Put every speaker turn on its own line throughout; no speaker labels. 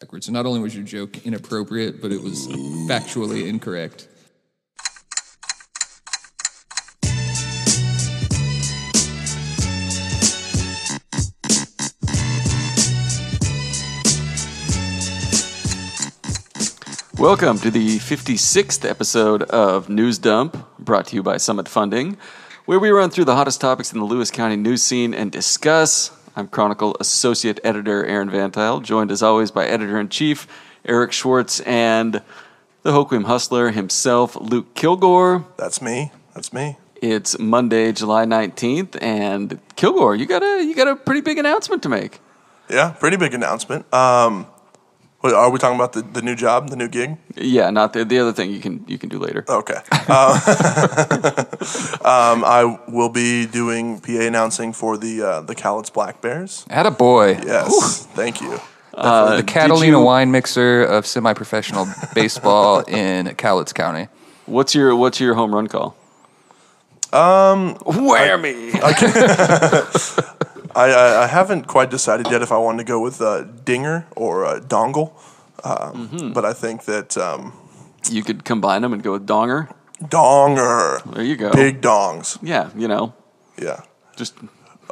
backwards. So not only was your joke inappropriate, but it was factually incorrect.
Welcome to the 56th episode of News Dump, brought to you by Summit Funding, where we run through the hottest topics in the Lewis County news scene and discuss. I'm Chronicle Associate Editor Aaron Vantile, joined as always by Editor in Chief Eric Schwartz and the Hoquiam Hustler himself, Luke Kilgore.
That's me. That's me.
It's Monday, July 19th, and Kilgore, you got a you got a pretty big announcement to make.
Yeah, pretty big announcement. Um, what- are we talking about the, the new job, the new gig?
Yeah, not the, the other thing you can you can do later.
Okay. Uh, um, I will be doing PA announcing for the uh, the Cowlitz Black Bears.
Attaboy.
Yes, thank you.
the Catalina
Uh, you-
wine mixer of semi professional baseball in Cowlitz County.
What's your what's your home run call?
Um, I, I, I haven't quite decided yet if I want to go with uh, Dinger or uh, Dongle, um,
Mm-hmm.
but I think that um,
You could combine them and go with Donger.
Donger,
There you go.
big dongs,
Yeah, you know,
yeah,
just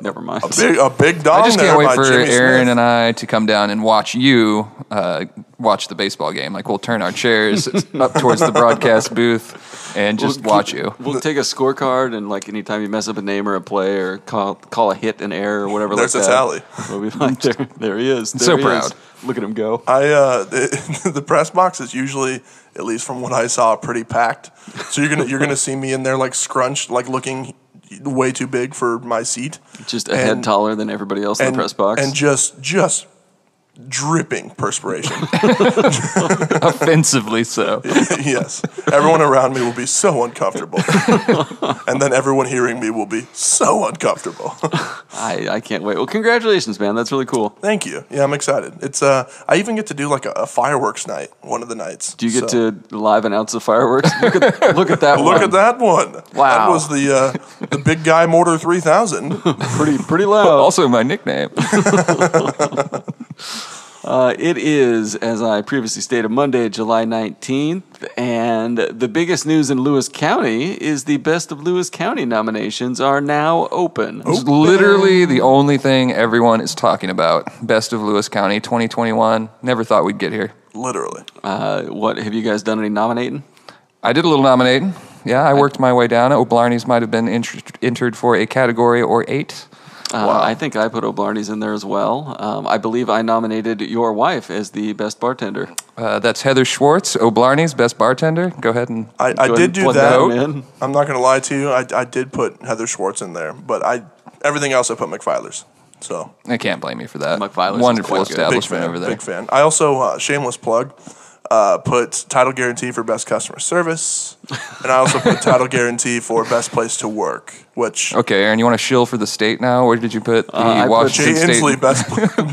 never mind.
big a big dong.
I just
there
can't wait
by
for
Jimmy
Aaron
Smith.
and I to come down and watch you uh, watch the baseball game. Like we'll turn our chairs up towards the broadcast booth and just watch you.
We'll take a scorecard and like anytime you mess up a name or a play or call call a hit an error or whatever.
There's
like
a
that,
tally.
We'll be like, there, there he is. There
So
he
proud.
is. Look at him go.
I uh, the, the press box is usually, at least from what I saw, pretty packed. So you're gonna you're gonna see me in there like scrunched, like looking way too big for my seat,
Just a head
And-
taller than everybody else in
and
the press box.
and just just dripping perspiration.
Offensively so.
yes, everyone around me will be so uncomfortable, and then everyone hearing me will be so uncomfortable.
I, I can't wait. Well, congratulations, man. That's really cool.
Thank you. Yeah, I'm excited. It's uh, I even get to do like a, a fireworks night one of the nights.
Do you get to live announce the fireworks? Look at, look at that
Look
one.
at that one! that
Wow.
was the uh, the big guy mortar three thousand.
Pretty, pretty
Oh,
loud.
Also my nickname.
Uh, it is, as I previously stated, Monday, July 19th. And the biggest news in Lewis County is the Best of Lewis County nominations are now open.
It's literally the only thing everyone is talking about. Best of Lewis County 2021. Never thought we'd get here.
Literally.
Uh, what have you guys done any nominating?
I did a little nominating. Yeah, I worked my way down. O'Blarney's might have been int- entered for a category or eight.
Uh, I think I put O'Blarney's in there as well. Um, I believe I nominated your wife as the best bartender.
Uh, that's Heather Schwartz, O'Blarney's best bartender. Go ahead and
I, I
Go ahead
did
and
do
plug
that.
that in.
I'm not going to lie to you. I, I did put Heather Schwartz in there, but I everything else I put McFiler's. So
I can't blame you for that.
McFiler's is
Wonderful
quite good.
big
establishment
fan,
over there.
big fan. I also uh, shameless plug. Uh, put title guarantee for best customer service, and I also put title guarantee for best place to work, which
Okay, Aaron, you want to shill for the state now? Where did you Uh, put the
I put
Washington
Jay Inslee
State
best.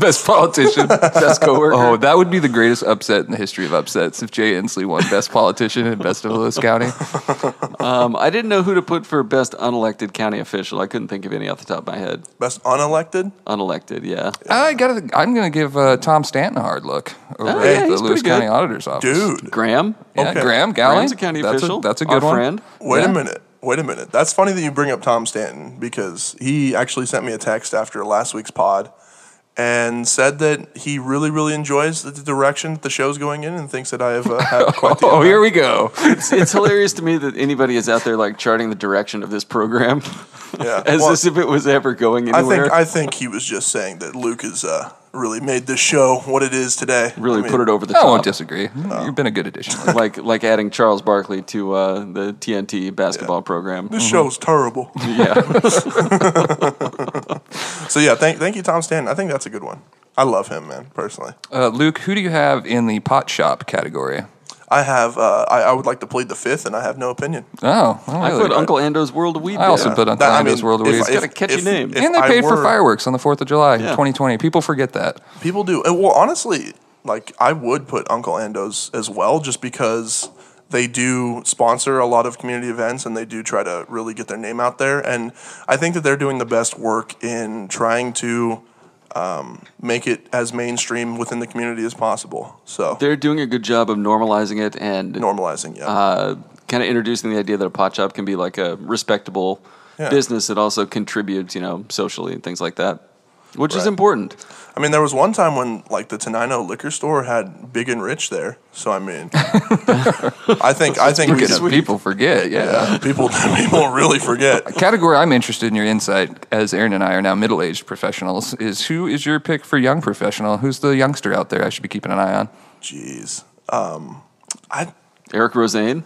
best politician?
Best coworker.
oh, that would be the greatest upset in the history of upsets if Jay Inslee won best politician in best of Lewis County.
Um, I didn't know who to put for best unelected county official. I couldn't think of any off the top of my head.
best unelected.
Unelected, yeah.
I gotta, I'm going to give uh, Tom Stanton a hard look over
Oh,
at
yeah,
the
he's
Lewis
pretty
County
good.
Auditor's Office.
Dude,
Graham.
Yeah,
Okay.
Graham Oh, Galley.
Graham's a county
that's
official.
A, that's a
our
good one.
friend.
wait
Yeah.
a minute. Wait a minute. That's funny that you bring up Tom Stanton because he actually sent me a text after last week's pod and said that he really, really enjoys the, the direction that the show's going in and thinks that I have uh, had quite the
Oh, here we go.
It's, it's hilarious to me that anybody is out there like charting the direction of this program
yeah.
as
Well,
if it was ever going
I think
anywhere.
I think he was just saying that Luke has uh, really made this show what it is today.
really
I mean,
put it over the
I
top.
won't disagree. You've been a good addition.
like like adding Charles Barkley to uh, the TNT basketball program.
This show's terrible.
Yeah,
so yeah, thank thank you, Tom Stanton. I think that's a good one. I love him, man, personally.
Uh, Luke, who do you have in the pot shop category?
I have uh, I, I would like to plead the fifth, and I have no opinion.
Oh, oh,
I
really?
put Uncle Ando's World Weed.
I also
Day.
put on
That- I
Orlando's
mean,
World of
if-
Weeds.
if-
Got a catchy
if-
name.
if
and they
I
paid for
were-
fireworks on the 4th of July
Yeah.
2020. People forget that.
People do. And, Well, honestly, like I would put Uncle Ando's as well, just because they do sponsor a lot of community events and they do try to really get their name out there. And I think that they're doing the best work in trying to um, make it as mainstream within the community as possible. So
They're doing a good job of normalizing it and
normalizing, yeah.
uh, kind of introducing the idea that a pot shop can be like a respectable
Yeah.
business that also contributes, you know, socially and things like that, which is
Right.
important.
I mean, there was one time when like the Tenino liquor store had Big and Rich there. So I mean, I think I think we
Look at it,
we-
people forget. Yeah.
yeah, people people really forget.
Category I'm interested in your insight, as Aaron and I are now middle aged professionals, is who is your pick for young professional? Who's the youngster out there I should be keeping an eye on?
Jeez, um, I
Eric Rosane,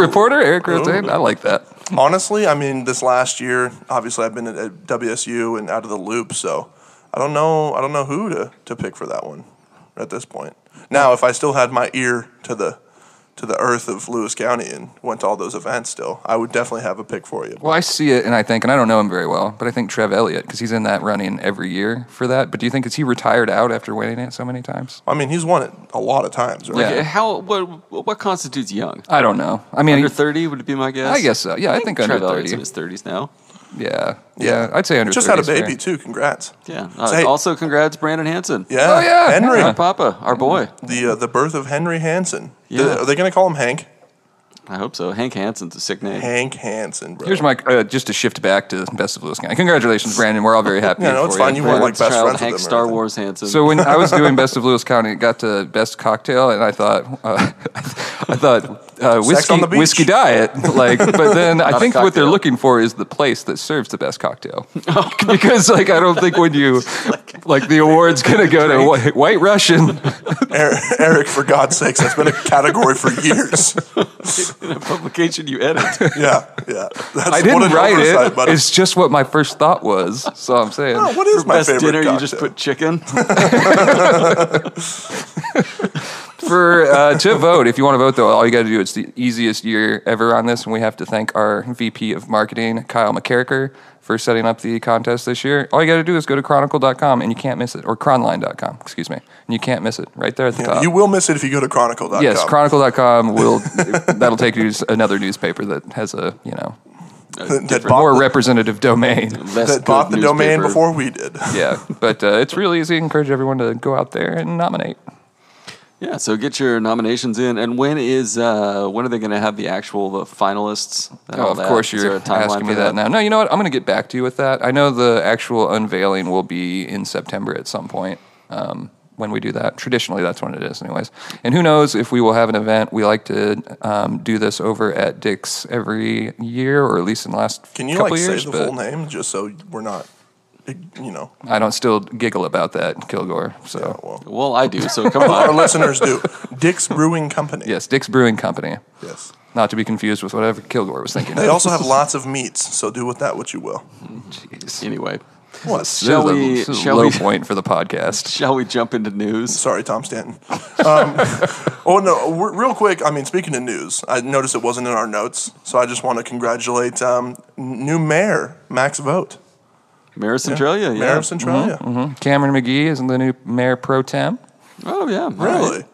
Reporter Eric Rosane? I like that.
honestly, I mean, this last year, obviously, I've been at, at WSU and out of the loop. So I don't know, I don't know who to, to pick for that one at this point. Now, if I still had my ear to the to the earth of Lewis County and went to all those events, still, I would definitely have a pick for you.
Well, I see it and I think, and I don't know him very well, but I think Trev Elliott, because he's in that running every year for that. But do you think is he retired out after winning it so many times?
I mean, he's won it a lot of times, right?
Yeah.
how what what constitutes young?
I don't know. I mean,
Under thirty would be my guess.
I guess so. Yeah, I think under
Trev Elliott's
30.
in his thirties now.
yeah, yeah, I'd say under
Just
30
had a
is fair.
baby too. Congrats.
Yeah. Uh,
Say-
also, congrats, Brandon Hansen.
Yeah.
Oh, yeah.
Henry.
Our papa, our boy.
The uh, the birth of Henry Hansen.
Yeah.
The- are they going to call him Hank?
I hope so. Hank Hansen's a sick name.
Hank Hansen, bro.
Here's my uh, just to shift back to Best of Lewis County. Congratulations, Brandon. We're all very happy.
Yeah, no,
for
it's fine. You weren't like
Brandon's
best
child,
friends with
Hank
him or
Star
anything.
Wars Hansen.
So when I was doing Best of Lewis County, it got to Best Cocktail, and I thought, uh, I thought uh, whiskey,
on the beach.
whiskey diet. Like, but then I
Not a
think what they're
cocktail. Oh,
looking for is the place that serves the best cocktail, because like I don't think when you like the award's gonna go to White, White Russian.
Eric, Eric, for God's sakes, that's been a category for years.
in a publication you edit.
Yeah, yeah. That's,
I didn't write it.
buddy.
It's just what my first thought was. So I'm saying.
Oh, what is my
Best
favorite
dinner,
cocktail?
you just put chicken.
for uh, to vote. If you want to vote, though, all you got to do. It's the easiest year ever on this, and we have to thank our VP of Marketing, Kyle McCarricker, for setting up the contest this year. All you got to do is go to chronicle.com, and you can't miss it, or cronline.com, excuse me, and you can't miss it. Right there at the top.
You will miss it if you go to chronicle.com.
uh, yes, chronicle.com will that'll take you to another newspaper that has a you know
that, that
more
bought,
representative domain.
Less
that bought the
good
domain
newspaper.
before we did.
Yeah, but uh, it's really easy. Encourage everyone to go out there and nominate.
Yeah, so get your nominations in. And when is uh, when are they going to have the actual the finalists? and
Oh,
all
of
that?
course,
Is there
you're
a timeline
asking me
for
that now. No, you know what? I'm going to get back to you with that. I know the actual unveiling will be in September at some point. Um, when we do that, traditionally that's when it is, anyways. And who knows if we will have an event? We like to um, do this over at Dick's every year, or at least in the last
Can you
couple
like
years.
say the
but
full name just so we're not, you know,
I don't still giggle about that, Kilgore. So
well,
Well, I do. So come
our
on.
listeners do. Dick's Brewing Company.
yes, Dick's Brewing Company,
Yes.
not to be confused with whatever Kilgore was thinking.
They also have lots of meats, so do with that what you will.
Jeez.
Anyway,
What?
This is
Shall
a-
we-
this is a
shall
low
we-
point for the podcast.
shall we jump into news?
Sorry, Tom Stanton. Um, oh no, we're, real quick. I mean, speaking of news, I noticed it wasn't in our notes, so I just want to congratulate um, n- new mayor Max Vote,
Mayor of Centralia. Yeah. Mm-hmm,
mayor of Centralia.
Cameron McGee isn't the new mayor pro tem.
Oh, yeah. all right.
Really?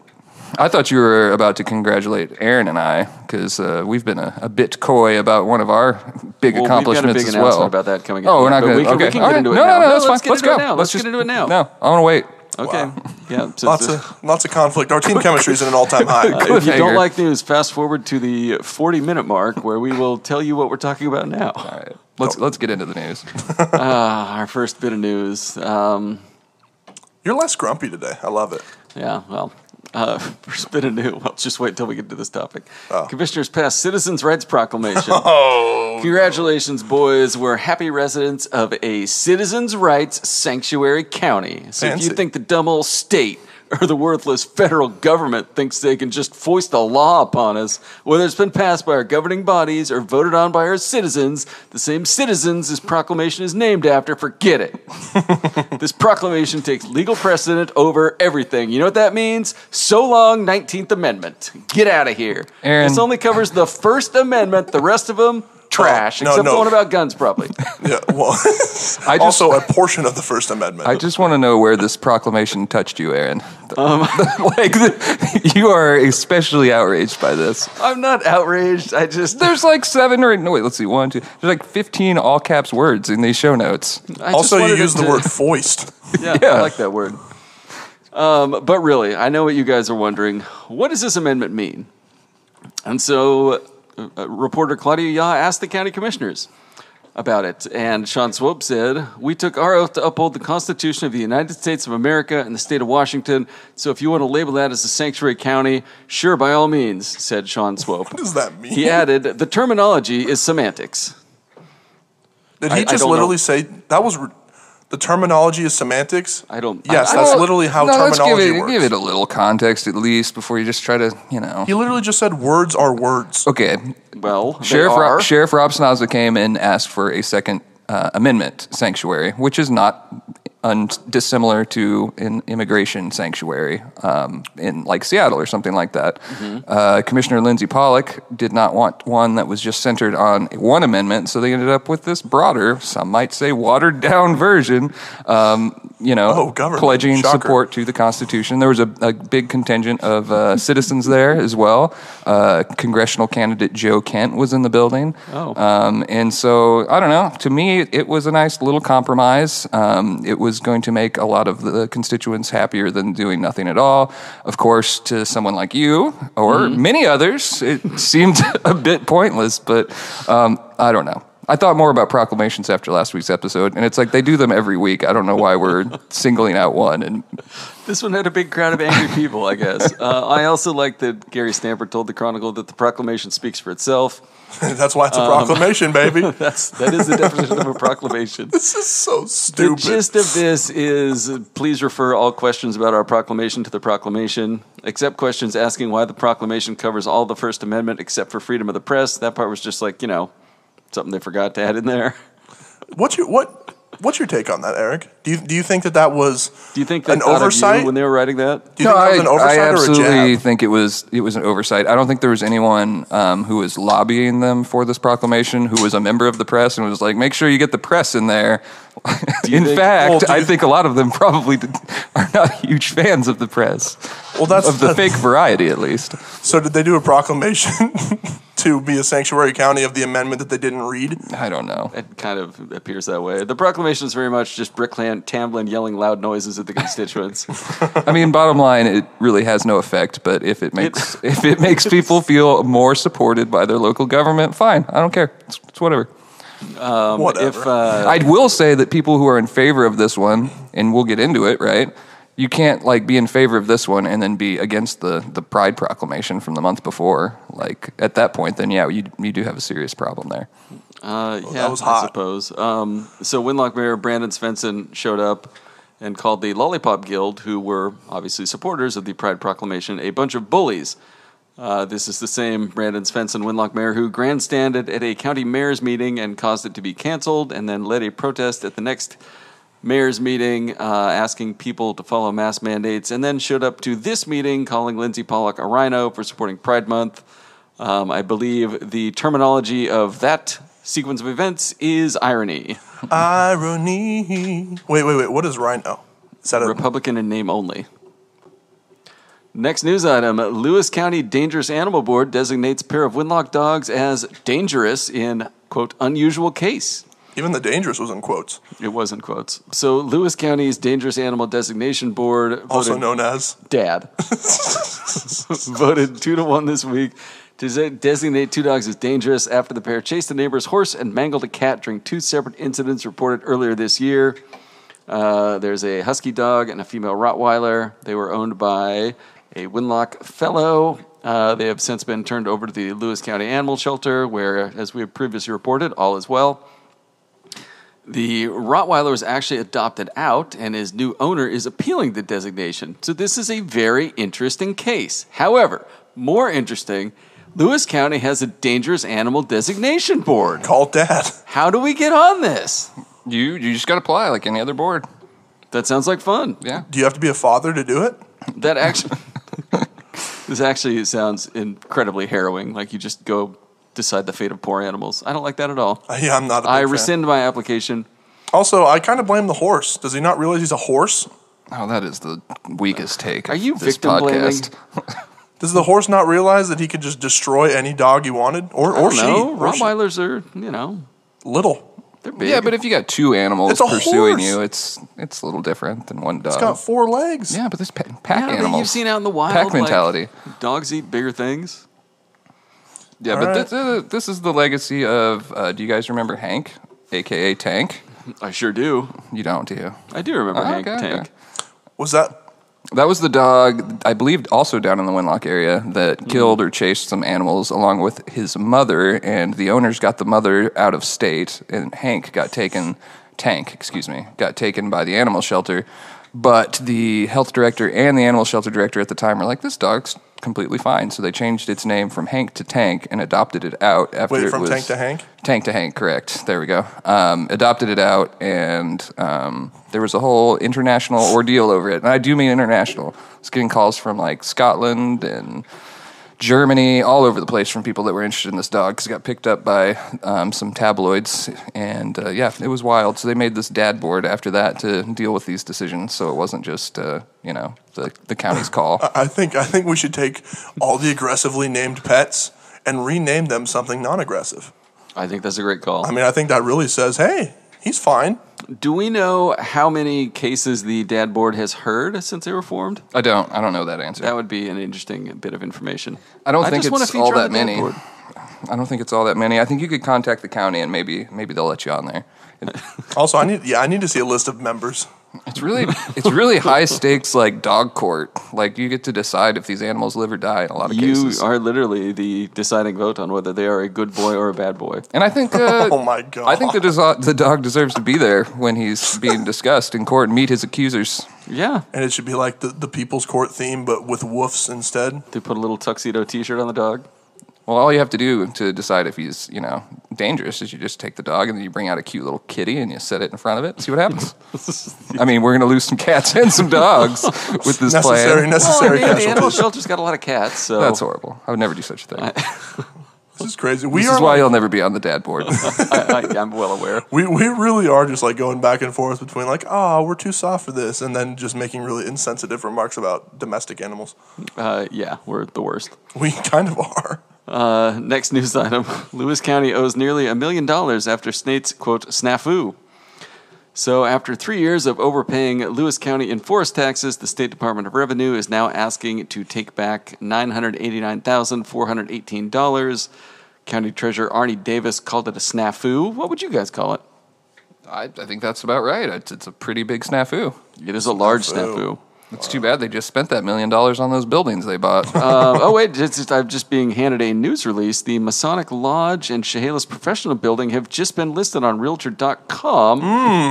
I thought you were about to congratulate Aaron and I because uh, we've been a, a bit coy about one of our big
Well, we've got a
accomplishments
big
as
announcement
well.
about that coming up.
Oh, we're not
But
going
we
to.
can-
Okay.
we can
All
get
right.
into it
no,
now.
no, no,
No,
that's
let's
fine.
get
Let's
into
go.
it now. Let's
just-
get into it now.
No, I want to wait.
Okay. Yeah. so-
Lots
so-
of lots of conflict. Our team chemistry is at an all time high.
if you don't
cliffhanger.
like news, fast forward to the 40 minute mark where we will tell you what we're talking about now.
All right. Let's
Oh.
let's get into the news.
Ah, our first bit of news. Um,
You're less grumpy today. I love it.
Yeah, well, uh, first bit of new. Well, just wait until we get to this topic.
Oh.
Commissioners passed Citizens' Rights Proclamation.
Oh,
Congratulations, boys. We're happy residents of a citizens' rights sanctuary county. So if
Fancy.
you think the dumb old state or the worthless federal government thinks they can just foist a law upon us, whether it's been passed by our governing bodies or voted on by our citizens, the same citizens this proclamation is named after, forget it. This proclamation takes legal precedent over everything. You know what that means? So long, 19th Amendment. Get out of here.
Aaron.
This only covers the First Amendment. The rest of them, trash,
Oh, no,
except the
no.
one about guns, probably.
Yeah, well,
I just-
also a portion of the First Amendment.
I just want to know where this proclamation touched you, Aaron.
Um.
like, the, you are especially outraged by this.
I'm not outraged. I just,
There's like seven or eight, no, wait, let's see, one, two, there's like 15 all caps words in these show notes.
I just
also, you
wanted it
use the
to-
word foist.
Yeah, I
Yeah.
like that word. Um, but really, I know what you guys are wondering. What does this amendment mean? And so, uh, uh, reporter Claudia Yaw asked the county commissioners about it, and Sean Swope said, "We took our oath to uphold the Constitution of the United States of America and the state of Washington. So, if you want to label that as a sanctuary county, sure, by all means," said Sean Swope.
What does that mean?
He added, "The terminology is semantics."
Did
I- I
he just
don't
literally
know.
say that was re- the terminology is semantics?
I don't-
Yes,
I-
that's
Well,
literally how
no, let's
terminology
give it,
works.
Give it a little context at least before you just try to, you know.
he literally just said words are words.
Okay,
Well, they
Sheriff
are.
Rob, Sheriff Rob Snozza came and asked for a second uh, amendment sanctuary, which is not un- dissimilar to an immigration sanctuary um, in like Seattle or something like that.
Mm-hmm.
Uh, Commissioner Lindsey Pollock did not want one that was just centered on one amendment, so they ended up with this broader, some might say watered down version. Um, you know,
Oh, government.
pledging
Shocker.
support support to the Constitution. There was a, a big contingent of uh, citizens there as well. Uh, congressional candidate Joe Kent was in the building.
Oh.
Um, and so, I don't know. To me, it was a nice little compromise. Um, it was going to make a lot of the constituents happier than doing nothing at all. Of course, to someone like you or many others, it seemed a bit pointless, but um, I don't know. I thought more about proclamations after last week's episode, and it's like they do them every week. I don't know why we're singling out one and
This one had a big crowd of angry people, I guess. Uh, I also like that Gary Stamper told the Chronicle that the proclamation speaks for itself.
that's why it's a
Um,
proclamation, baby.
That's that is the definition of a proclamation.
this is so
The
stupid.
gist of this is uh, please refer all questions about our proclamation to the proclamation, except questions asking why the proclamation covers all the First Amendment except for freedom of the press. That part was just like, you know, something they forgot to add in there.
what's your what? What's your take on that, Eric? Do you do you think that that was?
Do you think they
An
thought of
oversight?
you when they were writing that?
Do you think that was an oversight
I absolutely
or a jab?
think it was it was an oversight. I don't think there was anyone um, who was lobbying them for this proclamation who was a member of the press and was like, make sure you get the press in there. in
think-
fact,
Well, do
I
you-
think a lot of them probably did, are not huge fans of the press
Well, that's
of the
that-
fake variety, at least.
So did they do a proclamation to be a sanctuary county of the amendment that they didn't read?
I don't know.
It kind of appears that way. The proclamation is very much just Brick Tamblin yelling loud noises at the constituents.
I mean, bottom line, it really has no effect. But if it makes if it makes people feel more supported by their local government, fine. I don't care. It's, it's whatever. Um,
Whatever.
if uh,
I will say that people who are in favor of this one, and we'll get into it, right? You can't like be in favor of this one and then be against the the Pride Proclamation from the month before. Like at that point, then yeah, you you do have a serious problem there.
Uh, yeah,
was
I
hot.
suppose. Um, so Winlock Mayor Brandon Svensson showed up and called the Lollipop Guild, who were obviously supporters of the Pride Proclamation, a bunch of bullies. Uh, this is the same Brandon Svensson Winlock Mayor who grandstanded at a county mayor's meeting and caused it to be canceled, and then led a protest at the next mayor's meeting uh, asking people to follow mask mandates, and then showed up to this meeting calling Lindsay Pollock a rhino for supporting Pride Month. Um, I believe the terminology of that sequence of events is irony.
uh,
Irony. Wait, wait, wait. What is rhino? Is that a
Republican in name only. Next news item Lewis County Dangerous Animal Board designates pair of Winlock dogs as dangerous in, quote, unusual case.
even the dangerous was in quotes?
Oh,
It was in quotes. So, Lewis County's Dangerous Animal Designation Board. Voted
Also known as
dad voted two to one this week to de- designate two dogs as dangerous after the pair chased a neighbor's horse and mangled a cat during two separate incidents reported earlier this year. Uh, there's a husky dog and a female Rottweiler. They were owned by a Winlock fellow. Uh, they have since been turned over to the Lewis County Animal Shelter, where, as we have previously reported, all is well. The Rottweiler was actually adopted out, and his new owner is appealing the designation. So, this is a very interesting case. However, more interesting, Lewis County has a dangerous animal designation board.
called dad.
How do we get on this?
You you just got to apply like any other board.
That sounds like fun.
Yeah.
Do you have to be a father to do it?
That actually, this actually sounds incredibly harrowing. Like, you just go decide the fate of poor animals. I don't like that at all.
Yeah, I'm not. A big
I
fan.
rescind my application.
Also, I kind of blame the horse. Does he not realize he's a horse?
Oh, that is the weakest take.
Are
of
you
this
victim
podcast?
Does the horse not realize that he could just destroy any dog he wanted, or or she,
no,
or she-
Rottweilers are you know
little?
they're big.
Yeah, but if you got two animals
It's a
pursuing
horse.
you, it's it's a little different than one dog.
It's got four legs.
Uh, yeah, but there's pa- pack
Yeah, but
animals.
you've seen out in the wild
pack
like,
mentality.
dogs eat bigger things.
Yeah,
All
but
right.
this, uh, this is the legacy of. Uh, do you guys remember Hank, aka Tank?
I sure do.
You don't, do you?
I do remember
Oh,
Hank
okay,
Tank.
okay.
Was that?
That was the dog, I believe, also down in the Winlock area that
Mm-hmm.
killed or chased some animals along with his mother. And the owners got the mother out of state, and Hank got taken, Tank, excuse me, got taken by the animal shelter. But the health director and the animal shelter director at the time were like, this dog's completely fine. So they changed its name from Hank to Tank and adopted it out after
Wait,
it
from
was-
Tank to Hank?
Tank to Hank, correct. There we go. Um, adopted it out, and um, there was a whole international ordeal over it. And I do mean international. It's getting calls from like Scotland and Germany, all over the place from people that were interested in this dog because it got picked up by um, some tabloids. And uh, yeah, it was wild. So they made this dad board after that to deal with these decisions. So it wasn't just, uh, you know, the, the county's call.
I think I think we should take all the aggressively named pets and rename them something non-aggressive.
I think that's a great call.
I mean, I think that really says, hey, he's fine.
do we know how many cases the dad board has heard since they were formed?
I don't. I don't know that answer.
That would be an interesting bit of information.
I don't think
just wanna
it's
feature
all
on the
that
dad
many.
board.
I don't think it's all that many. I think you could contact the county and maybe maybe they'll let you on there.
Also, I need yeah, I need to see a list of members.
It's really it's really high stakes like dog court. Like you get to decide if these animals live or die in a lot of
You
cases.
are literally the deciding vote on whether they are a good boy or a bad boy.
and I think uh,
Oh my god!
I think the, desi the dog deserves to be there when he's being discussed in court and meet his accusers.
Yeah.
and it should be like the, the People's Court theme, but with woofs instead.
They put a little tuxedo t shirt on the dog.
Well, all you have to do to decide if he's you know dangerous is you just take the dog and then you bring out a cute little kitty and you set it in front of it and see what happens. I mean, we're gonna lose some cats and some dogs with this
Necessary,
plan.
Well, I
necessary
mean, the animal
casualties.
shelter's got a lot of cats, so
That's horrible. I would never do such a thing.
This is crazy. We
This
are
is why you'll never be on the dad board.
I, I, I'm well aware.
We, we really are just like going back and forth between like, oh, we're too soft for this, and then just making really insensitive remarks about domestic animals.
Uh, yeah, we're the worst.
We kind of are.
Uh, next news item Lewis County owes nearly a million dollars after Snate's quote, snafu. So, after three years of overpaying Lewis County enforced taxes, the State Department of Revenue is now asking to take back $989,418. County Treasurer Arnie Davis called it a snafu. What would you guys call it?
I, I think that's about right. It's, it's a pretty big snafu.
It is a large
Snafu.
snafu.
It's too bad they just spent that million dollars on those buildings they bought.
Uh, oh wait, it's just, I'm just being handed a news release. The Masonic Lodge and Chehalis Professional Building have just been listed on Realtor.com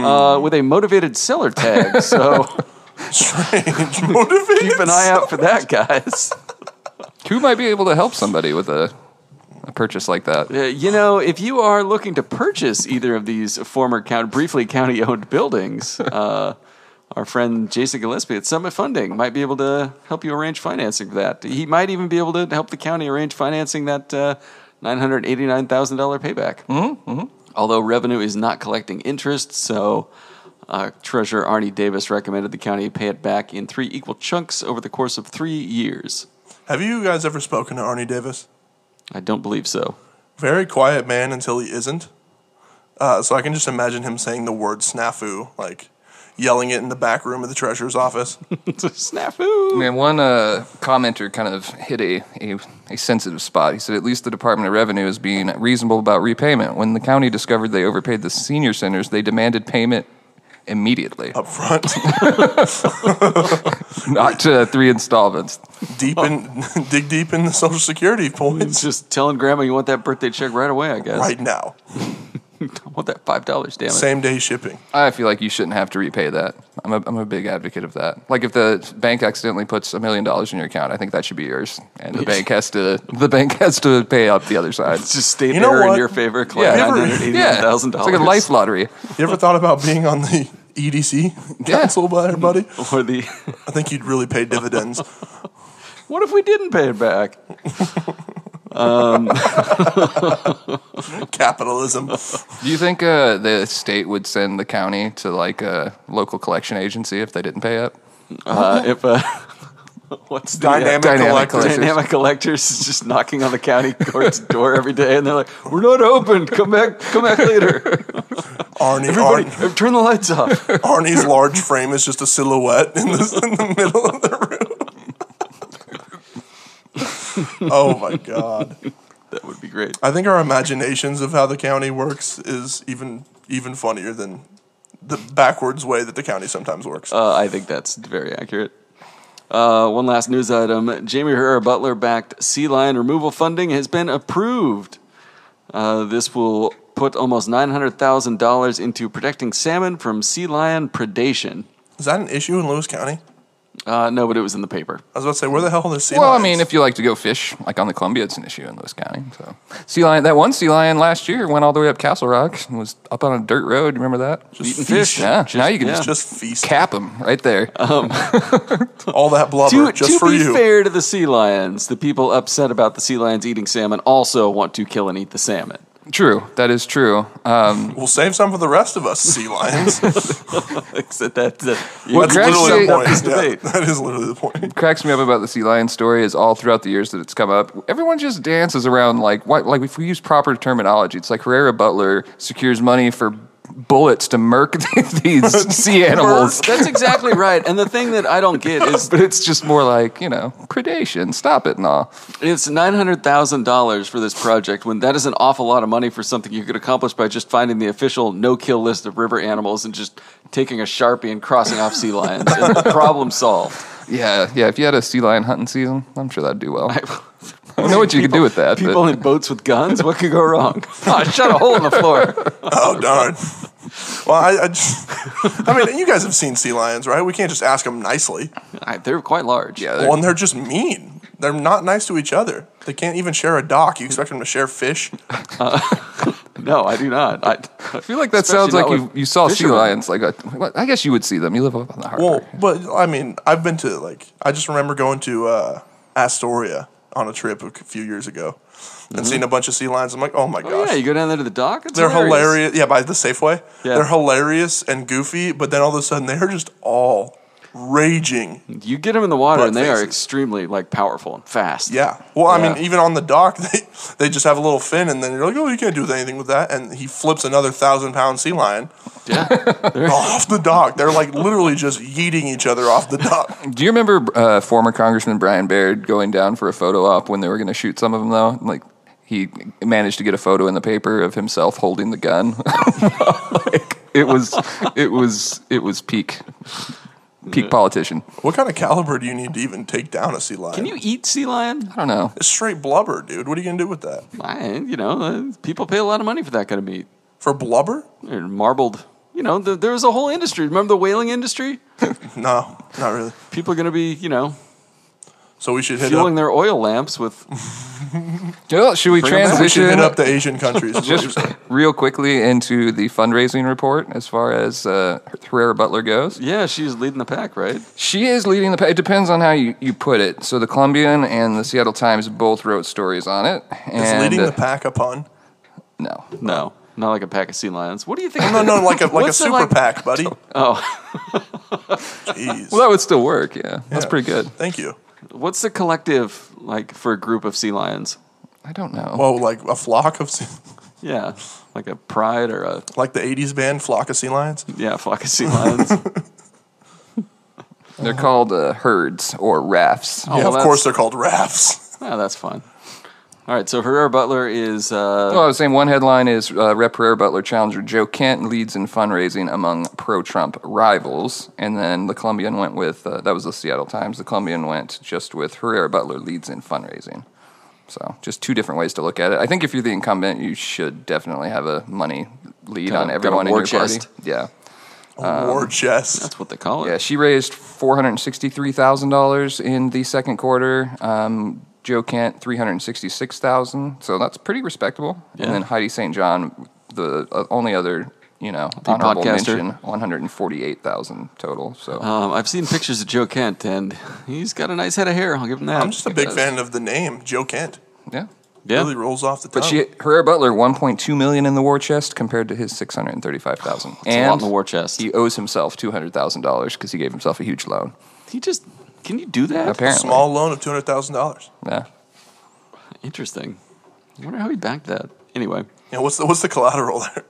uh, with a motivated seller tag. So
Strange motivated.
keep an eye out for that, guys.
Who might be able to help somebody with a, a purchase like that?
Uh, you know, if you are looking to purchase either of these former county, briefly county-owned buildings, uh, our friend Jason Gillespie at Summit Funding might be able to help you arrange financing for that. He might even be able to help the county arrange financing that uh, nine hundred eighty-nine thousand dollar payback. Mm-hmm. Although revenue is not collecting interest, so. Uh, Treasurer Arnie Davis recommended the county pay it back in three equal chunks over the course of three years.
Have you guys ever spoken to Arnie Davis?
I don't believe so.
Very quiet man until he isn't. Uh, so I can just imagine him saying the word snafu, like yelling it in the back room of the treasurer's office.
It's a snafu.
Man, one uh, commenter kind of hit a, a, a sensitive spot. He said, at least the Department of Revenue is being reasonable about repayment. When the county discovered they overpaid the senior centers, they demanded payment immediately,
Oh.
Up front,
not uh, three installments.
deep in, dig deep in the social security
It's
points
just telling grandma you want that birthday check right away, I guess.
right now.
I want that five dollars, damn it.
Same day shipping.
I feel like you shouldn't have to repay that. I'm a, I'm a big advocate of that. Like if the bank accidentally puts a million dollars in your account, I think that should be yours, and the bank has to the bank has to pay up the other side.
It's just state
You know
error in
what?
your favor, collect
Yeah.
nine hundred eighty
Yeah, it's
thousand
like a
dollars.
life lottery.
You ever thought about being on the EDC
Yeah.
council, by buddy?
Or the
I think you'd really pay dividends.
what if we didn't pay it back?
Capitalism.
Do you think uh, the state would send the county to like a local collection agency if they didn't pay up?
Uh, if uh, what's the uh,
Dynamic
Dynamic
collector.
collector.
Dynamic Collectors is just knocking on the county court's door every day, and they're like, "We're not open. Come back. Come back later.
Arnie,
Everybody,
Arn-
turn the lights off."
Arnie's large frame is just a silhouette in the, in the middle of the room. oh my god.
That would be great.
I think our imaginations of how the county works is even even funnier than the backwards way that the county sometimes works.
Uh, I think that's very accurate. Uh, one last news item: Jamie Herrera Butler backed sea lion removal funding has been approved. Uh, this will put almost nine hundred thousand dollars into protecting salmon from sea lion predation.
is that an issue in Lewis County?
Uh, no, but it was in the paper.
I was about to say, where the hell are the sea
Well, I
lions?
mean, if you like to go fish, like on the Columbia, it's an issue in Lewis County. So, sea lion, that one sea lion last year went all the way up Castle Rock and was up on a dirt road. You remember that?
Just
eating fish.
yeah. now you can
yeah.
just
just feast
cap them right there.
all that
To,
blubber just
to
for
be
you.
fair to the sea lions, the people upset about the sea lions eating salmon also want to kill and eat the salmon.
true, that is true. Um,
We'll save some for the rest of us sea lions. That's
Except that, that-
What cracks
literally
me-
the point.
This debate.
Yeah, that is literally the point.
cracks me up about the sea lion story is all throughout the years that it's come up. Everyone just dances around like what? Like if we use proper terminology, it's like Herrera Butler secures money for bullets to murk these sea animals.
That's exactly right. And the thing that I don't get is
But it's just more like you know predation. Stop it and all.
it's nine hundred thousand dollars for this project when that is an awful lot of money for something you could accomplish by just finding the official no-kill list of river animals and just taking a sharpie and crossing off sea lions. and problem solved.
Yeah, yeah. If you had a sea lion hunting season, I'm sure that'd do well. I don't know what you could do with that.
People
But
in boats with guns. What could go wrong? Oh, shut a hole in the floor.
Oh darn. Well, I, I, just, I mean, you guys have seen sea lions, right? We can't just ask them nicely.
I- they're quite large.
yeah,
Well,
they're-
and they're just mean. They're not nice to each other. They can't even share a dock. You expect them to share fish?
No, I do not. I,
I feel like that
especially
sounds like
not
you,
with
you saw sea
fishermen.
lions. Like, a, I guess you would see them. You live up on the harbor.
Well, but I mean, I've been to like I just remember going to uh, Astoria on a trip a few years ago and seeing a bunch of sea lions. I'm like, oh my gosh,
Mm-hmm. yeah, you go down there to the dock. It's
they're hilarious. Yeah, by the Safeway,
Yeah.
they're hilarious and goofy. But then all of a sudden, they're just all raging.
You get them in the water,
Butt
and they are
faces.
extremely like powerful and fast.
Yeah. Well, I mean,
Yeah.
even on the dock, they they just have a little fin, and then you're like, oh, you can't do anything with that. And he flips another thousand pound sea lion
yeah.
off the dock. They're like literally just yeeting each other off the dock.
Do you remember uh, former Congressman Brian Baird going down for a photo op when they were going to shoot some of them, though? Like, he managed to get a photo in the paper of himself holding the gun. like, it was, it was, it was peak, peak politician.
What kind of caliber do you need to even take down a sea lion?
Can you eat sea lion?
I don't know.
It's straight blubber, dude. What are you gonna do with that?
I, you know, uh, people pay a lot of money for that kind of meat.
For blubber?
They're marbled. You know, th there was a whole industry. Remember the whaling industry?
No, not really.
People are going to be, you know,
So we should hit
fueling
up.
their oil lamps with.
Well, should we
them back.
We
transition
should hit up the Asian countries. is what you're
just
saying.
real quickly into the fundraising report as far as uh, Herrera Butler goes?
Yeah, she's leading the pack, right?
She is leading the. pa- It depends on how you, you put it. So the Columbian and the Seattle Times both wrote stories on it.
Is
And
leading
uh,
the pack a pun?
No.
No, not like a pack of sea lions. What do you think?
No, no, like a like a
What's it
super
like-
pack, buddy.
Oh,
Jeez.
Well, that would still work. Yeah, that's
Yeah.
pretty good.
Thank you.
what's the collective like for a group of sea lions?
I don't know.
Well, Oh, like a flock of, sea-
Yeah, like a pride or a
like the '80s band, flock of sea lions.
yeah flock of sea lions.
They're called uh, herds or rafts.
Oh,
yeah,
well,
of
that's-
course they're called rafts.
Oh, that's fun. All right, so Herrera Butler is.
Well,
Oh.
Uh,
Oh, I was saying one headline is uh, Rep. Herrera Butler challenger Joe Kent leads in fundraising among pro-Trump rivals, and then the Columbian went with uh, that was the Seattle Times. The Columbian went just with Herrera Butler leads in fundraising. So just two different ways to look at it. I think if you're the incumbent, you should definitely have a money lead
Got a-
on
got a
everyone in
war
your
chest.
party. Yeah.
War chest.
that's what they call it.
Yeah, she raised four hundred sixty-three thousand dollars in the second quarter. Um, Joe Kent three hundred sixty-six thousand, so that's pretty respectable.
Yeah.
And then Heidi St. John, the uh, only other you know honorable
podcaster.
mention, one hundred forty-eight thousand total. So
Um, I've seen pictures of Joe Kent, and he's got a nice head of hair. I'll give him that. Oh.
I'm just a big fan of the name Joe Kent.
yeah,
Yeah.
Really rolls off the tongue.
But she Herrera Butler 1.2 million in the war chest compared to his 635,000.
That's a lot in the war chest.
He owes himself $200,000 because he gave himself a huge loan.
He just can you do that?
Apparently.
Small loan of two hundred thousand dollars.
Yeah.
Interesting. I wonder how he backed that. Anyway,
Yeah, what's the what's the collateral there?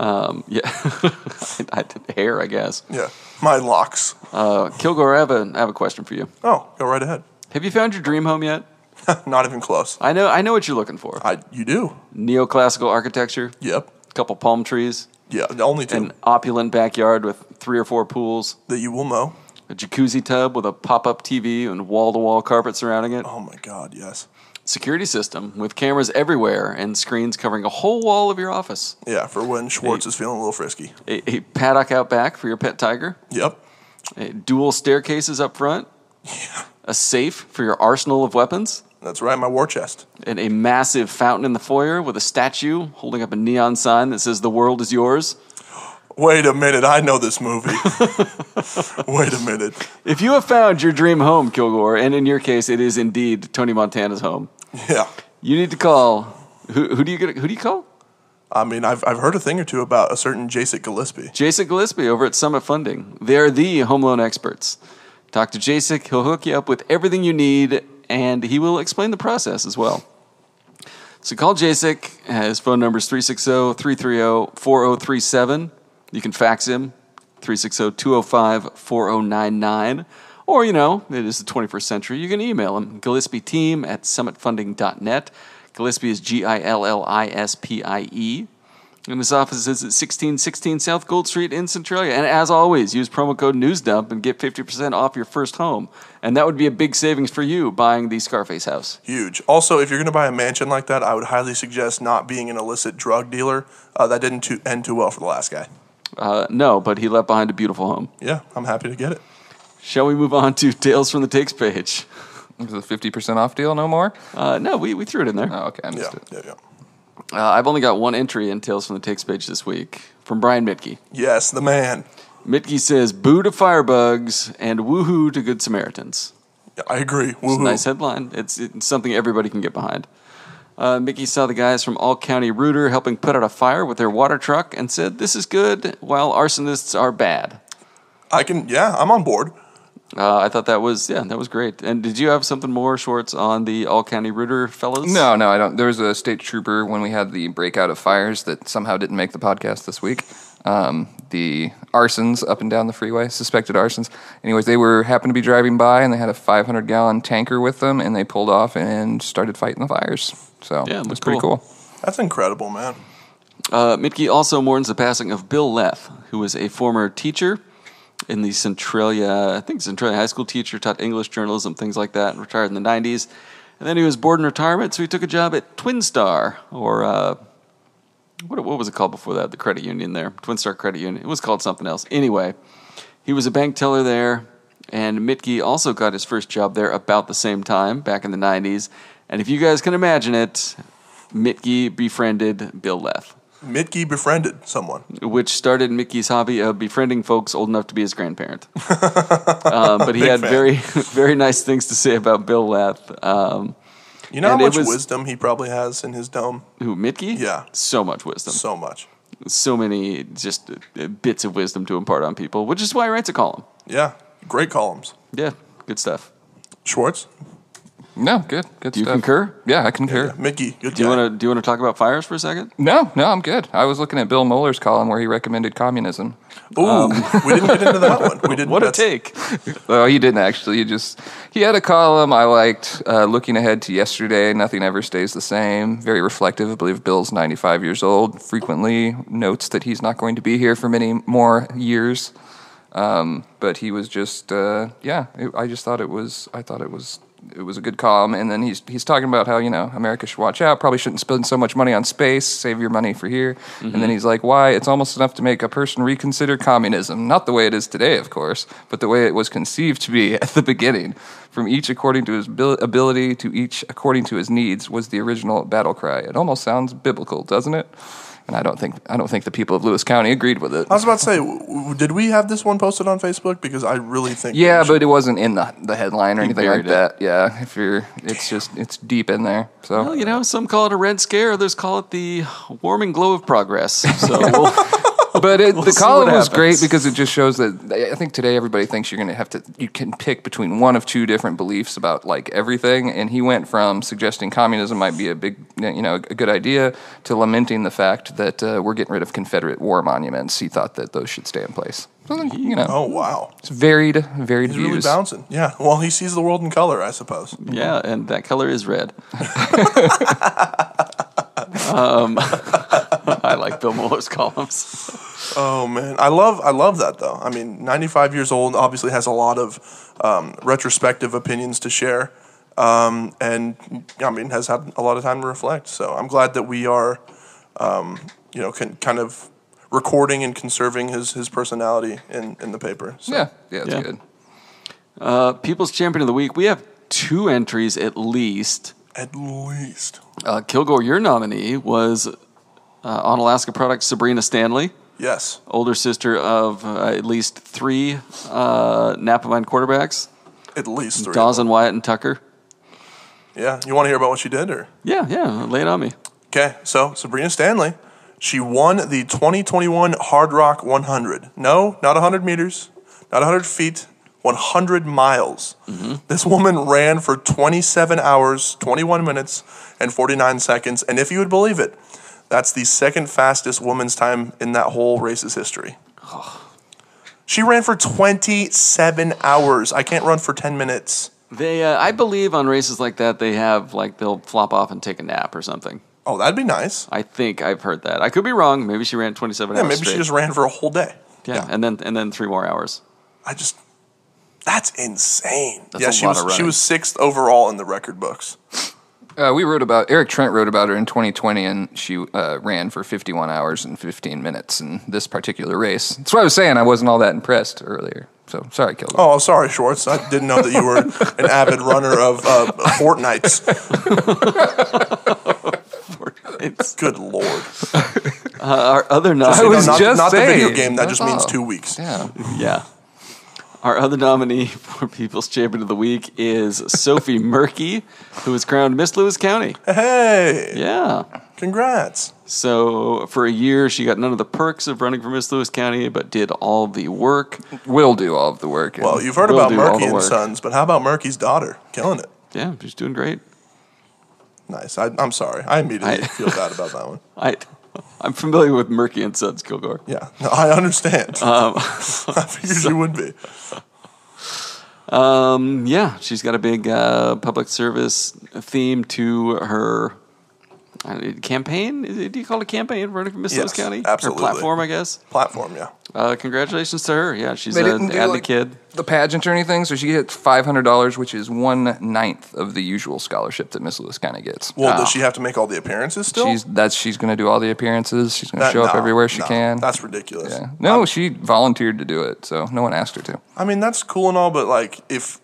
um, yeah, I, I did hair, I guess.
Yeah, my locks.
Uh, Kilgore, I have a I have a question for you.
Oh, go right ahead.
Have you found your dream home yet?
Not even close.
I know I know what you're looking for.
I you do.
Neoclassical architecture,
Yep.
a couple palm trees,
Yeah, the only two
an opulent backyard with three or four pools,
that you will know.
a jacuzzi tub with a pop-up TV and wall-to-wall carpet surrounding it.
Oh my God, yes.
Security system with cameras everywhere and screens covering a whole wall of your office.
Yeah, for when Schwartz is feeling a little frisky.
A, a paddock out back for your pet tiger.
Yep.
Uh, dual staircases up front, a safe for your arsenal of weapons,
That's right, my war chest.
and a massive fountain in the foyer with a statue holding up a neon sign that says "The world is yours."
Wait a minute, I know this movie. Wait a minute.
If you have found your dream home, Kilgore, and in your case, it is indeed Tony Montana's home,
Yeah.
you need to call. Who, who do you get? Who do you call?
I mean, I've, I've heard a thing or two about a certain Jason Gillespie.
Jason Gillespie over at Summit Funding. They are the home loan experts. Talk to Jason. He'll hook you up with everything you need, and he will explain the process as well. So call Jason. His phone number is 360 330 4037. You can fax him 360 205 4099. Or, you know, it is the 21st century. You can email him, Gillespie team at summitfunding.net. Gillespie is G I L L I S P I E. And his office is at 1616 South Gold Street in Centralia. And as always, use promo code NEWSDUMP and get 50% off your first home. And that would be a big savings for you buying the Scarface house.
Huge. Also, if you're going to buy a mansion like that, I would highly suggest not being an illicit drug dealer. Uh, that didn't too, end too well for the last guy.
Uh, no, but he left behind a beautiful home.
Yeah, I'm happy to get it.
Shall we move on to Tales from the Takes page?
It was a 50% off deal, no more?
Uh, no, we, we threw it in there. Uh,
Oh, okay. I
Yeah,
missed it.
yeah, yeah.
I've only got one entry in Tales from the Takes page this week from Brian Mitke.
Yes, the man.
Mitke says, Boo to firebugs and woohoo to Good Samaritans.
Yeah, I agree.
It's
Woohoo.
a nice headline. It's, it's something everybody can get behind. Uh, Mickey saw the guys from All County Rooter helping put out a fire with their water truck and said, This is good, while arsonists are bad.
I can. Yeah, I'm on board.
Uh, I thought that was, yeah, that was great. And did you have something more, Schwartz, on the All County Rooter fellows?
No, no, I don't. There was a state trooper when we had the breakout of fires that somehow didn't make the podcast this week. Um, the arsons up and down the freeway, suspected arsons. Anyways, they were happened to be driving by and they had a 500 gallon tanker with them and they pulled off and started fighting the fires. So it
Yeah,
was
looked
pretty
cool.
cool.
That's incredible, man.
Uh, Mitke also mourns the passing of Bill Leth, who was a former teacher in the Centralia, I think Centralia High School teacher, taught English, journalism, things like that, and retired in the 90s. And then he was bored in retirement, so he took a job at Twin Star, or uh, what, what was it called before that? The credit union there, Twin Star Credit Union. It was called something else. Anyway, he was a bank teller there, and Mitke also got his first job there about the same time, back in the 90s. And if you guys can imagine it, Mitke befriended Bill Leth
Mitke befriended someone.
which started Mickey's hobby of befriending folks old enough to be his grandparent. um, but he
Big
had
fan.
very, very nice things to say about Bill Lath. Um,
You know
And
how
it
much
was-
wisdom he probably has in his dome?
who Mickey?
Yeah.
so much wisdom, so,
So much.
many just uh, bits of wisdom to impart on people, which is why he writes a column.
Yeah, great columns.
Yeah, good stuff.
Schwartz,
No, good, good
Do you
stuff.
concur?
Yeah, I concur.
Mitke, good
Do you
guy.
want to do you want to talk about fires for a second?
No, no, I'm good. I was looking at Bill Moeller's column where he recommended communism.
Ooh, we didn't get into that one. We didn't.
um, What a
that's-
take!
Oh, he didn't actually. He just he had a column I liked. Uh, looking ahead to yesterday, nothing ever stays the same. Very reflective. I believe Bill's 95 years old. Frequently notes that he's not going to be here for many more years. Um, but he was just uh, yeah. It, I just thought it was. I thought it was. It was a good column, and then he's he's talking about how you know America should watch out. Probably shouldn't spend so much money on space. Save your money for here. And then he's like, "Why? It's almost enough to make a person reconsider communism. Not the way it is today, of course, but the way it was conceived to be at the beginning. From each according to his abil- ability, to each according to his needs, was the original battle cry. It almost sounds biblical, doesn't it? and I don't think I don't think the people of Lewis County agreed with it.
I was about to say, w- w- did we have this one posted on Facebook? Because I really think
Yeah,
we should.
but it wasn't in the the headline or anything like
buried
that. Yeah, if you're, it's just it's deep in there. So
Well, you know, some call it a red scare, others call it the warming glow of progress. So we'll,
But it, the
see
column
what
was great
happens.
because it just shows that I think today everybody thinks you're going to have to you can pick between one of two different beliefs about like everything. And he went from suggesting communism might be a big you know a good idea to lamenting the fact that uh, we're getting rid of Confederate war monuments. He thought that those should stay in place. So, you know,
Oh wow,
it's varied, varied
he's really
views.
bouncing. Yeah, well, he sees the world in color, I suppose.
yeah, and that color is red. um, I like Bill Muller's columns.
Oh man, I love I love that though. I mean, 95 years old obviously has a lot of um, retrospective opinions to share, um, and I mean has had a lot of time to reflect. So I'm glad that we are, um, you know, can, kind of recording and conserving his his personality in in the paper. So.
Yeah, yeah, it's
Yeah.
good.
Uh, People's Champion of the Week. We have two entries at least.
At least.
Uh, Kilgore, your nominee was uh, on Alaska product Sabrina Stanley,
Yes.
older sister of uh, at least three uh, Napa Vine quarterbacks,
At least three.
Dawson, Wyatt, and Tucker.
Yeah. You want to hear about what she did, or?
Yeah, yeah, lay it on me.
Okay, so Sabrina Stanley, she won the 2021 Hard Rock 100. No, not 100 meters, not 100 feet, 100 miles. This woman ran for 27 hours, 21 minutes, and 49 seconds. And if you would believe it, that's the second fastest woman's time in that whole race's history. She ran for 27 hours. I can't run for 10 minutes.
They, uh, I believe, on races like that, they have like they'll flop off and take a nap or something.
Oh, that'd be nice.
I think I've heard that. I could be wrong. Maybe she ran 27
Yeah,
hours
maybe
straight.
she just ran for a whole day.
yeah. and then and then three more hours.
I just that's insane.
That's
yeah,
a
she
lot
was
of
she
running.
was sixth overall in the record books.
Uh, we wrote about Eric Trent wrote about her in 2020, and she uh, ran for 51 hours and 15 minutes in this particular race. That's what I was saying. I wasn't all that impressed earlier. So sorry, Kilgore.
Oh, sorry, Schwartz. I didn't know that you were an avid runner of uh, Fortnites.
It's,
Good lord!
uh, our other
I
nominee,
was
not,
just
not the video
saying.
game. That just means
Oh.
two weeks.
Yeah.
yeah, our other nominee for People's Champion of the Week is Sophie Murky, who was crowned Miss Lewis County.
Hey,
Yeah.
congrats!
So for a year, she got none of the perks of running for Miss Lewis County, but did all the work.
Will do all of the work. and-
Well, you've heard
We'll
about
do all
Murky
the
and
work.
Sons, but how about Murky's daughter killing it?
Yeah, she's doing great.
Nice. I, I'm sorry. I immediately
I-
feel bad about that one.
I, I'm familiar with Murky and Sons Kilgore.
Yeah, no, I understand. I figured you would be.
Um, yeah, she's got a big uh, public service theme to her uh, campaign. Is it- Do you call it a campaign running for Miss
Yes,
Lewis County? Her
absolutely.
platform, I guess.
Platform, yeah.
Uh, congratulations to her. Yeah, she's
They didn't
an
do,
advocate.
like, the pageant or anything, so she gets five hundred dollars, which is one ninth of the usual scholarship that Miss Lewis kind of gets. Uh,
Well,
Ah.
does she have to make all the appearances still?
Oh. she's that's she's going to do all the appearances. She's going to
That-
show up
no,
everywhere she
no,
can.
That's ridiculous.
yeah. No, she volunteered to do it, so no one asked her to.
I mean, that's cool and all, but like, if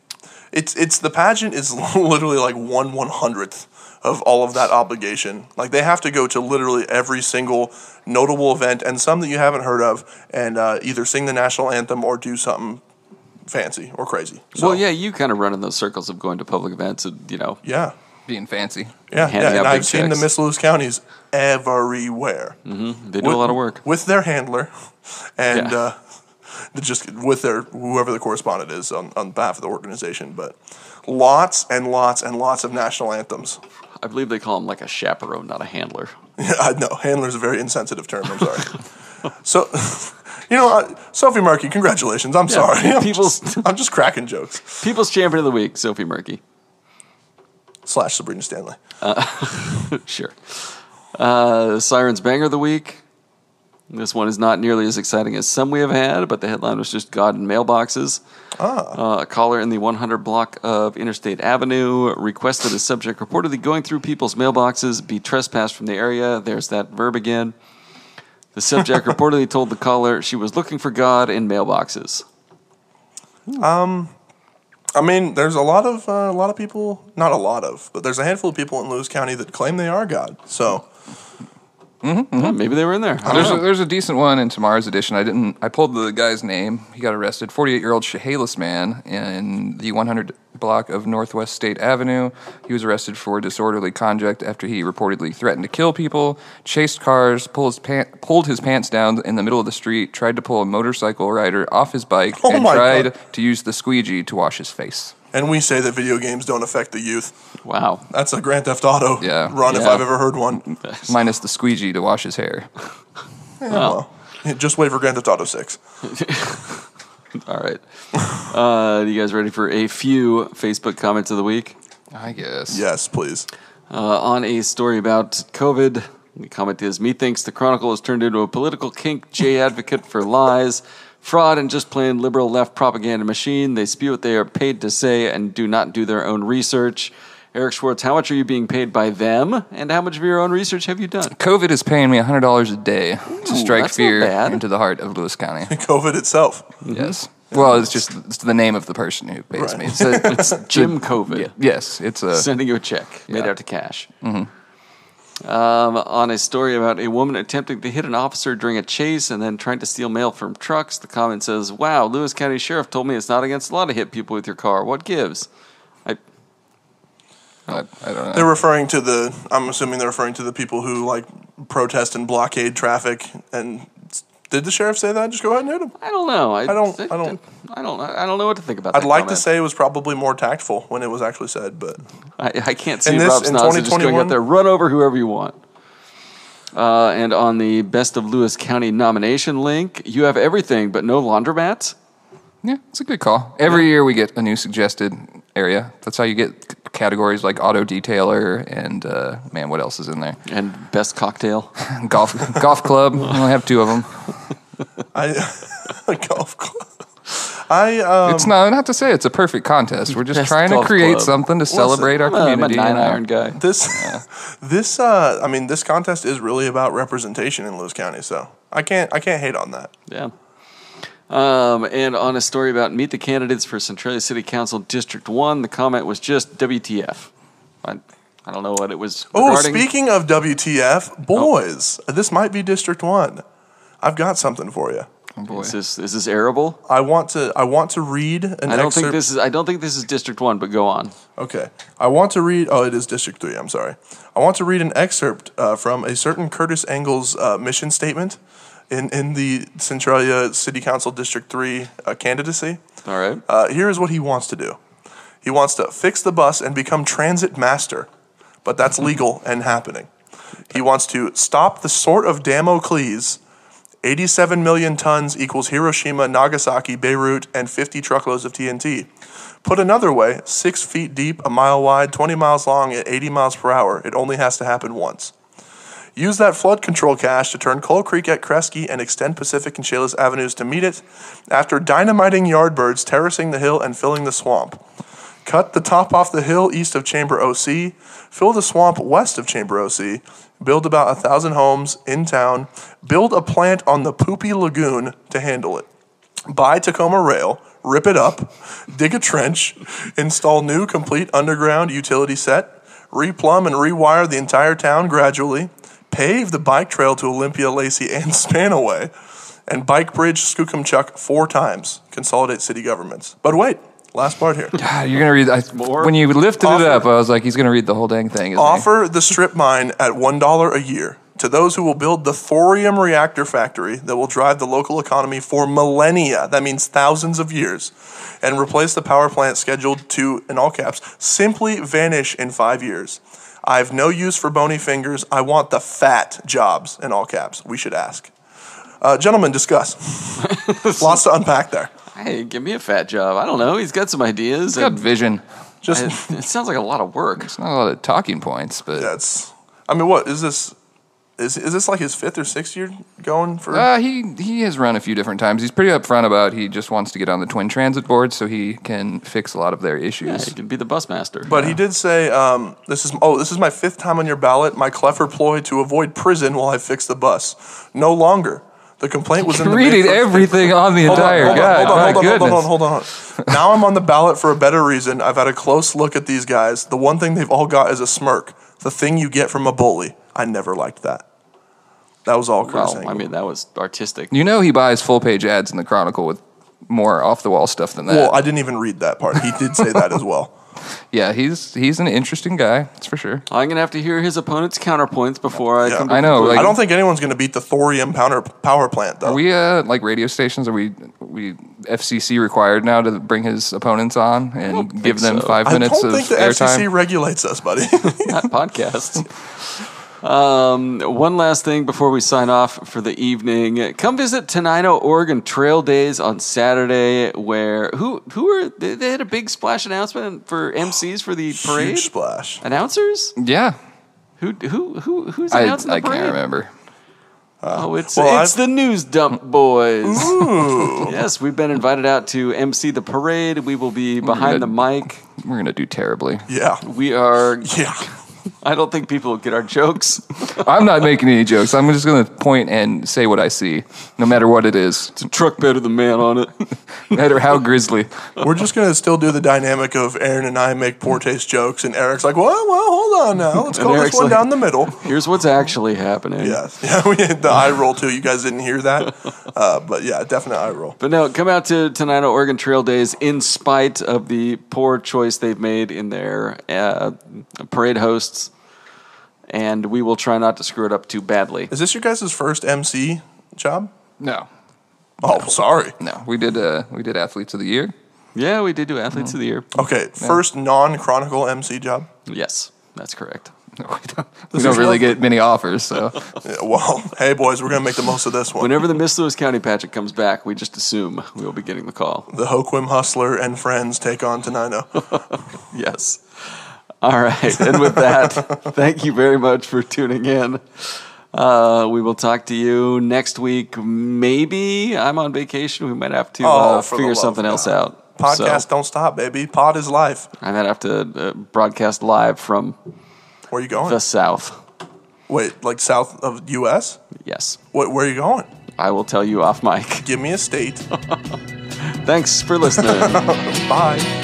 it's it's the pageant is literally like one one hundredth of all of that obligation. Like they have to go to literally every single notable event and some that you haven't heard of, and uh, either sing the national anthem or do something fancy or crazy. So,
Well, yeah, you kind of run in those circles of going to public events and you know.
yeah,
Being fancy.
yeah,
Handing
yeah.
out
And I've
big
seen the
checks.
Miss Lewis counties everywhere.
Mm-hmm.
They do a lot of work.
with their handler and
Yeah.
uh, just with their whoever the correspondent is on, on behalf of the organization. But lots and lots and lots of national anthems.
I believe they call him like a chaperone, not a handler.
I know handler is a very insensitive term. I'm sorry. so, you know, uh, Sophie Markey, congratulations. I'm sorry. I'm
people's-
just, I'm just cracking jokes.
People's Champion of the Week, Sophie Murky.
Slash Sabrina Stanley.
Sure. Uh, Sirens Banger of the Week. This one is not nearly as exciting as some we have had, but the headline was just God in mailboxes. Ah. Uh, a caller in the 100 block of Interstate Avenue requested a subject reportedly going through people's mailboxes be trespassed from the area. There's that verb again. The subject reportedly told the caller she was looking for God in mailboxes.
I mean, there's a lot of uh, a lot of people, not a lot of, but there's a handful of people in Lewis County that claim they are God. So
Oh, maybe they were in there. I don't
There's a,
know.
there's a decent one in tomorrow's edition. I didn't. I pulled the guy's name. He got arrested. 48 year old Chehalis man in the 100 block of Northwest State Avenue. He was arrested for disorderly conduct after he reportedly threatened to kill people, chased cars, pulled his, pant, pulled his pants down in the middle of the street, tried to pull a motorcycle rider off his bike,
Oh
and
my
tried
God.
to use the squeegee to wash his face.
And we say that video games don't affect the youth.
Wow.
That's a Grand Theft Auto
Yeah,
run if
yeah.
I've ever heard one.
Minus the squeegee to wash his hair.
Yeah, well, just wait for Grand Theft Auto 6.
All right. Uh, you guys ready for a few Facebook comments of the week?
I guess.
Yes, please.
Uh, on a story about COVID, the comment is Methinks the Chronicle has turned into a political kink J advocate for lies, fraud, and just plain liberal left propaganda machine. They spew what they are paid to say and do not do their own research. Eric Schwartz, how much are you being paid by them, and how much of your own research have you done?
COVID is paying me $100 a day to strike
that's not
fear
bad.
into the heart of Lewis County.
COVID itself.
Yes. Well, it's just it's the name of the person who pays
Right.
me. It's a, it's
Jim COVID.
yes, it's a
sending you a check made out to cash.
Mm-hmm.
Um, on a story about a woman attempting to hit an officer during a chase and then trying to steal mail from trucks, the comment says, "Wow, Lewis County Sheriff told me it's not against the law to hit people with your car. What gives?" I,
I, I don't know.
They're referring to the, I'm assuming they're referring to the people who like protest and blockade traffic. And did the sheriff say that? Just go ahead and hit him.
I don't know. I,
don't-
I
I
don't.
don't-
I don't. I don't know what to think about.
I'd
that
like to
comment.
say it was probably more tactful when it was actually said, but
I, I can't see
this-
Rob
in
Snozza just going
2021?
out there, run over whoever you want. Uh, and on the Best of Lewis County nomination link, you have everything but no laundromats.
Yeah, it's a good call. Every year we get a new suggested area. That's how you get c- categories like auto detailer and uh, man, what else is in there?
And best cocktail.
Golf golf club. We only have two of them.
Um,
I, golf club. I, um,
It's not not to say it's a perfect contest. We're just
Best
trying to
golf
create
club.
something to celebrate our
I'm a- I'm a
community.
nine
and our-
iron guy.
this, this, uh, I mean, this contest is really about representation in Lewis County. So I can't, I can't hate on that.
Yeah. Um, and on a story about meet the candidates for Centralia City Council District One, the comment was just WTF. I, I don't know what it was.
Oh,
regarding. Oh.
speaking of WTF, boys, this might be District One. I've got something for you.
Oh, boy.
is this is this arable?
I want to. I want to read an
I don't
excerpt.
think this is. I don't think this is District One. But go on.
okay. I want to read. Oh, it is District Three. I'm sorry. I want to read an excerpt uh, from a certain Curtis Engel's uh, mission statement in in the Centralia City Council District Three uh, candidacy.
All right.
Uh, here is what he wants to do. He wants to fix the bus and become transit master, but that's legal and happening. He wants to stop the sort of Damocles. 87 million tons equals Hiroshima, Nagasaki, Beirut, and 50 truckloads of TNT. Put another way, six feet deep, a mile wide, 20 miles long, at 80 miles per hour. It only has to happen once. Use that flood control cash to turn Coal Creek at Kresge and extend Pacific and Chelas Avenues to meet it after dynamiting yardbirds, terracing the hill, and filling the swamp. Cut the top off the hill east of Chamber OC, fill the swamp west of Chamber OC, build about a thousand homes in town, build a plant on the Poopy Lagoon to handle it. Buy Tacoma Rail, rip it up, dig a trench, install new complete underground utility set, replumb and rewire the entire town gradually, pave the bike trail to Olympia, Lacey, and Spanaway, and bike bridge Skookumchuck four times. Consolidate city governments. But wait, last part here.
Ah, You're gonna read. I,
More?
when you lifted
Offer-
it up, I was like, he's gonna read the whole dang thing. isn't he?
Offer the strip mine at $1 a year to those who will build the thorium reactor factory that will drive the local economy for millennia. That means thousands of years. And replace the power plant scheduled to, in all caps, simply vanish in five years. I have no use for bony fingers. I want the fat jobs, in all caps. We should ask. Uh, gentlemen, discuss. Lots to unpack there.
Hey, give me a fat job. I don't know. He's got some ideas.
He's got
and
vision.
Just,
I- it sounds like a lot of work.
It's not a lot of talking points, but
that's, I mean, what is this? Is, is this like his fifth or sixth year going for?
Uh, he he has run a few different times. He's pretty upfront about he just wants to get on the twin transit board so he can fix a lot of their
Yeah,
issues.
he could be the bus master.
But he did say, um, "This is oh, this is my fifth time on your ballot. My clever ploy to avoid prison while I fix the bus. No longer. The complaint was in the May
Reading
first-
everything on the
Hold on,
entire
hold on,
guide.
hold on,
My
hold on, hold on,
goodness.
hold on, hold on, hold on. Now I'm on the ballot for a better reason. I've had a close look at these guys. The one thing they've all got is a smirk. The thing you get from a bully. I never liked that. That was all Curtis
Well,
Hangle.
I mean, that was artistic.
You know he buys full page ads in the Chronicle with more off the wall stuff than that.
well, I didn't even read that part. He did say that as well.
yeah, he's he's an interesting guy, that's for sure.
I'm gonna have to hear his opponent's counterpoints before I
Yeah.
come. To
I know,
conclusion.
like-
I don't think anyone's going to beat the thorium power, power plant, though.
Are we uh, like radio stations? Are we we FCC required now to bring his opponents on and give them
so.
five
I
minutes
don't
of
think the FCC
airtime?
regulates us, buddy.
that podcast. Um, one last thing before we sign off for the evening. Come visit Tenino Oregon Trail Days on Saturday, where who who are they, they had a big splash announcement for MCs for the parade
Huge splash.
announcers.
Yeah,
Who who who who's
I,
announcing
I
the parade?
can't remember.
Oh, it's
Well,
it's
I've-
the news dump boys. yes, we've been invited out to MC the parade. We will be behind the mic.
We're gonna do terribly.
Yeah.
We are.
Yeah.
I don't think people get our jokes.
I'm not making any jokes. I'm just gonna point and say what I see, no matter what it is,
It's a truck bed with a man on it.
no matter how grisly.
We're just going to still do the dynamic of Aaron and I make poor taste jokes, and Eric's like, well, well, hold on now. Let's
And
call
Eric's
this one
like-
down the middle.
Here's what's actually happening.
Yes. Yeah, we had the eye roll, too. You guys didn't hear that. Uh, but yeah, definite eye roll.
But no, come out to Tenino Oregon Trail Days in spite of the poor choice they've made in their uh, parade hosts. And we will try not to screw it up too badly.
Is this your guys' first MC job?
No,
Oh, sorry.
no, we did uh, we did athletes of the year.
Yeah, we did do Athletes of the Year.
Okay, first non chronicle MC job.
Yes, that's correct.
No, we don't, we
is
don't really
lovely.
get many offers, so
Yeah, well, hey, boys, we're going to make the most of this one.
Whenever the Miss Lewis County pageant comes back, we just assume we will be getting the call.
The Hoquim Hustler and friends take on Tenino.
Yes. All right. And with that, thank you very much for tuning in. Uh, we will talk to you next week. Maybe I'm on vacation. We might have to uh,
Oh, for the
figure
love
something
of
else
God.
out.
Podcast
So
don't stop, baby. Pod is life.
I might have to uh, broadcast live from
Where you going?
the South.
Wait, like south of U.S.?
Yes.
What, where are you going?
I will tell you off mic.
Give me a state.
Thanks for listening.
Bye.